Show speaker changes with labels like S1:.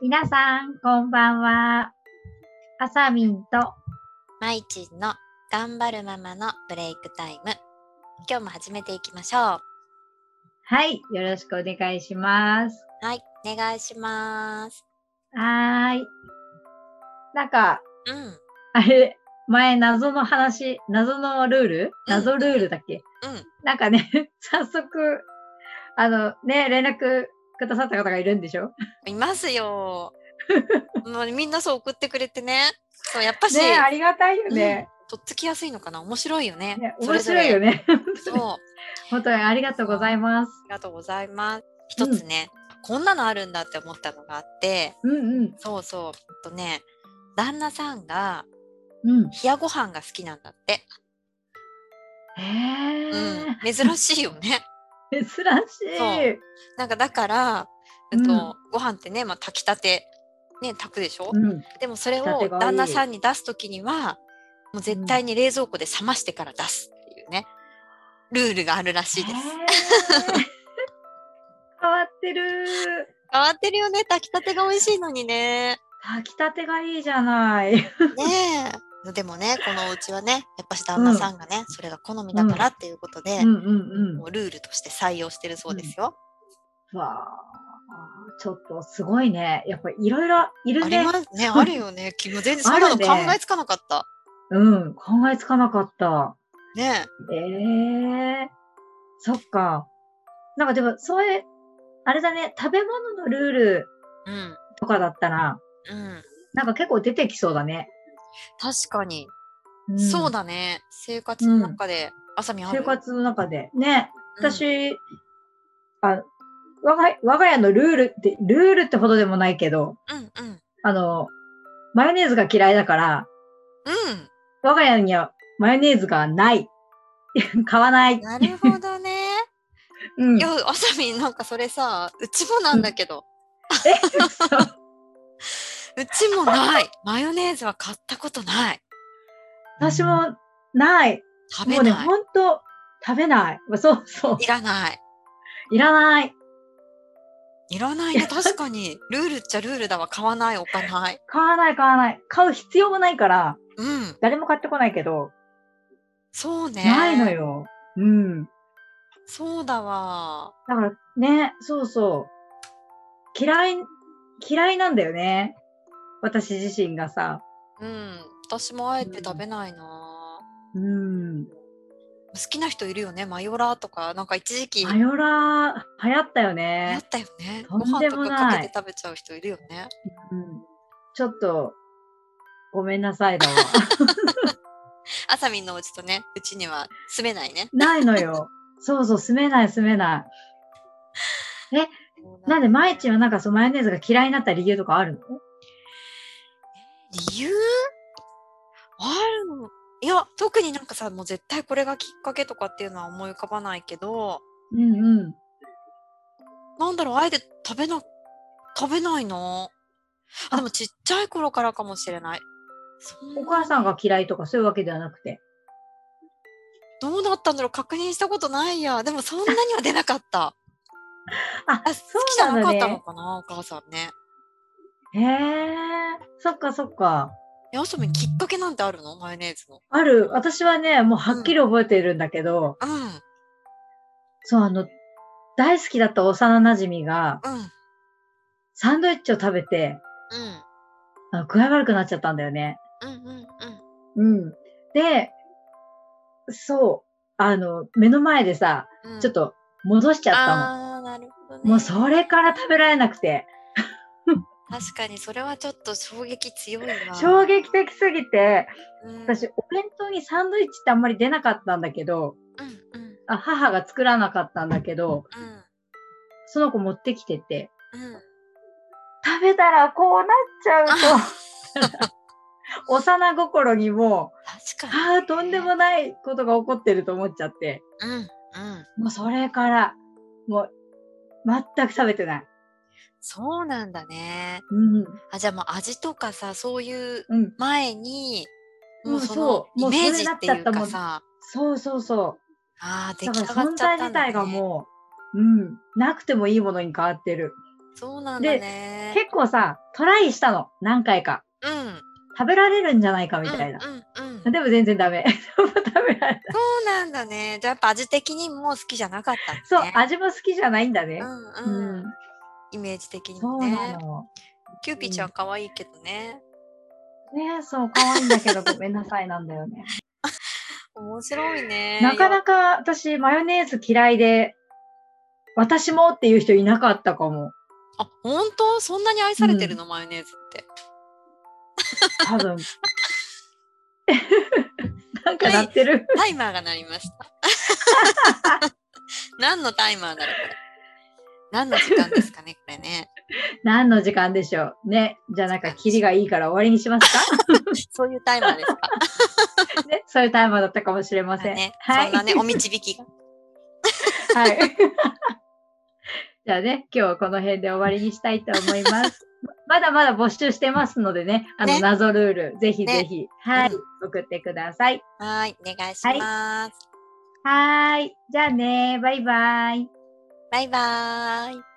S1: 皆さん、こんばんは。あさみんと、
S2: まいちんの頑張るママのブレイクタイム。今日も始めていきましょう。
S1: はい、よろしくお願いします。
S2: はい、お願いします。
S1: はーい。なんか、
S2: うん、うん、
S1: あれ、前謎の話、謎のルール謎ルールだっけなんかね、 早速、あの、ね、連絡くださった方がいるんでしょ
S2: いま すよ。もうみんなそう送ってくれてね。そう、やっぱし、
S1: ね、ありがたいよね。
S2: とっつきやすいのかな面白いよね。
S1: ね
S2: そ
S1: 面
S2: れぞ
S1: 白
S2: れ
S1: いよね。
S2: そう、あ
S1: 本当にありがとうございます。
S2: りがとうございます。一つね、こんなのあるんだって思ったのがあって、
S1: うんうん。
S2: そうそう、ほんとね、旦那さんが
S1: うん。
S2: 冷やご飯が好きなんだって。
S1: へー
S2: うん、珍しいよね。
S1: 珍し
S2: そ
S1: い。
S2: なんかだから、えっ
S1: うん
S2: と、ご飯ってね、まあ、炊きたて、ね、炊くでしょ、
S1: うん。
S2: でもそれ
S1: 炊きたてがい
S2: を
S1: い
S2: 旦那さんに出す時には、もう絶対に冷蔵庫で冷ましてから出すっていうね、ルールがあるらしいです。
S1: へー 変わってる。
S2: 変わってるよね、炊きたてが美味しいのにね。
S1: 炊きたてがいいじゃない。
S2: ねえ。でもね、このお家はね、やっぱし旦那さんがね、それが好みだからっていうことで、
S1: うんうん
S2: もうルールとして採用してるそうですよ。
S1: うん。わあ、ちょっとすごいね。やっぱいろいろいる
S2: あり
S1: ね。
S2: ますね、あるよね。君も全然そんな
S1: あ
S2: の
S1: るね
S2: 考えつかなかった。
S1: うん、考えつかなかった。
S2: ね
S1: ええそっか。なんかでも、そういう、あれだね、食べ物のルール
S2: え。うん。
S1: とかだったら、
S2: うん。
S1: なんか結構出てきそうだね。
S2: 確かに。
S1: ん
S2: そうだね。生活の中で、あさみある
S1: 生活の中で。ね、
S2: うん
S1: 私、あ我が我が家のルールって、ルールってほどでもないけど、
S2: うんうん。
S1: あの、マヨネーズが嫌いだから、我が家にはマヨネーズがない。 買わな
S2: う
S1: い
S2: ん。。なるほどね。
S1: うん
S2: い。や、あさみ、なんかそれさ、うちもなんだけど、
S1: え嘘
S2: うちもない。マヨネーズは買ったことない。
S1: 私もない。
S2: 食
S1: も
S2: べ
S1: うね、
S2: ない。
S1: ほんと、食べない。そうそう。
S2: いらない。
S1: いらない。
S2: いらないね、確かに。ルールっちゃルールだわ。買わない、置かない。
S1: 買わない、買わない。買う必要もないから、
S2: うん。
S1: 誰も買ってこないけど、
S2: そうね。
S1: ないの。よ。うん。
S2: そうだわ。
S1: だから、ね、そうそう。嫌い、嫌いなんだよね。私自身がさ。
S2: うん。私もあえて食べないな。
S1: うん。
S2: 好きな人いるよね。マヨラーとか、なんか一時期
S1: マヨラー、流行ったよね
S2: あっ。たよね。
S1: と
S2: ご
S1: んで
S2: 飯
S1: も
S2: と
S1: ない
S2: かかけて食べちゃう人いるよね。
S1: うんちょっと、ごめんなさいだわ。
S2: あさみんのうちとね、うちには住めないね。
S1: ないのよ。そうそう、住めない、住めない。なんで、マイチンはなんかそう、マヨネーズが嫌いになった理由とかあるの
S2: 理由あるのいや、特になんかさ、もう絶対これがきっかけとかっていうのは思い浮かばないけど、
S1: うんうん。
S2: なんだろう、あえて食べな、食べないな。あ、でもちっちゃい頃からかもしれない。そんな
S1: お母さんが嫌いとかそういうわけではなくて。
S2: どうだったんだろう確認したことないや。でもそんなには出な かった。
S1: あ、
S2: あ、好きじ
S1: そう
S2: ゃ
S1: なん
S2: なか
S1: だ
S2: ったの
S1: ね。
S2: かな、お母さんね。
S1: へえ、そっかそっか。
S2: え、あさみんきっかけなんてあるのマヨネーズの。
S1: ある、私はね、もうはっきり覚えているんだけど、
S2: う
S1: そう、あの、大好きだった幼馴染が、
S2: ん、うん、
S1: サンドイッチを食べて、
S2: うん。
S1: あの具合悪くなっちゃったんだよね。
S2: うんう
S1: う
S2: ん
S1: ん。で、そう、あの、目の前でさ、
S2: うんうん
S1: ちょっと戻しちゃったの。
S2: あーなるほどね
S1: もうそれから食べられなくて、
S2: 確かにそれはちょっと衝撃強いわ
S1: 衝、撃的すぎて、
S2: うん、
S1: 私、お弁当にサンドイッチってあんまり出なかったんだけど、
S2: うんうん
S1: あ母が作らなかったんだけど、
S2: うん
S1: その子持ってきてて、
S2: うん
S1: 食べたらこうなっちゃう
S2: あ
S1: と、 幼心にもう、
S2: 確かに
S1: ああ、とんでもないことが起こってると思っちゃって、
S2: うんうん
S1: もうそれから、もう、全く食べてない。
S2: そうなんだね
S1: うん。
S2: あじゃあもう味とかさそういう
S1: うん。
S2: 前にもう
S1: もう
S2: その
S1: そうも
S2: イ
S1: う
S2: メージっていうかさ
S1: そうそうそ
S2: あー
S1: う。
S2: 出
S1: だから
S2: 来上がっ
S1: 存
S2: ちゃ
S1: 在
S2: った
S1: 自
S2: んだ、
S1: 体
S2: ね、
S1: がもう、うん、なくてもいいものに変わってる。
S2: そうなんだね。
S1: 結構さ、トライしたの。何回か。
S2: うん。
S1: 食べられるんじゃないかみたいな
S2: う。んうんうん。
S1: でも全然ダメ。食べられない。
S2: そうなんだね。じゃあやっぱ味的にも好きじゃなかったん
S1: そう
S2: だ、ね。
S1: 味も好きじゃないんだね。
S2: う
S1: うん
S2: うんん。。イメージ的に
S1: そ
S2: も
S1: うな
S2: ね。
S1: の。
S2: キューピーちゃん可愛いけどね。
S1: ねそう、可愛いんだけど、ごめんなさいなんだよね。
S2: 面白いね。
S1: なか
S2: いや
S1: なか私、マヨネーズ嫌いで、私もっていう人いなかったかも。
S2: あ、本当そんなに愛されてるの、マヨネーズって。
S1: 多分。 なんか鳴ってる。
S2: タイマーが鳴りました。 何のタイマーだろう、これ。何の時間ですかね、これね。
S1: 何の時間でしょう。ね。じゃあなんか、キリがいいから終わりにします か
S2: そういうタイマーで すか。
S1: ね。そういうタイマーだったかもしれません。
S2: ね、
S1: はい。
S2: そんなね、お導き が。
S1: はい。 じゃあね、今日はこの辺で終わりにしたいと思います。 まだまだ募集してますのでね、あの、
S2: ね
S1: 謎ルール、ぜひぜひ、はい、
S2: うん
S1: 送ってください。
S2: はーい、お願いし
S1: はい
S2: ます。
S1: はーい。じゃあね、バイバイ。
S2: バイバーイ。